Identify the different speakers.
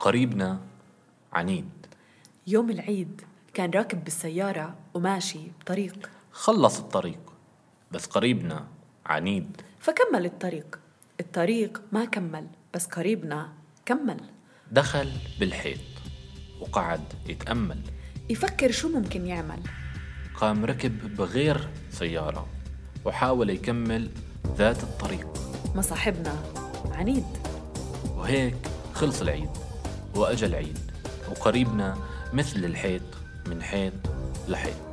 Speaker 1: قريبنا عنيد
Speaker 2: يوم العيد كان راكب بالسيارة وماشي بطريق
Speaker 1: خلص الطريق بس قريبنا عنيد
Speaker 2: فكمل الطريق الطريق ما كمل بس قريبنا كمل
Speaker 1: دخل بالحيط وقعد يتأمل
Speaker 2: يفكر شو ممكن يعمل
Speaker 1: قام ركب بغير سيارة وحاول يكمل ذات الطريق
Speaker 2: ما صاحبنا عنيد
Speaker 1: وهيك خلص العيد وأجا العيد وقريبنا مثل الحيط من حيط لحيط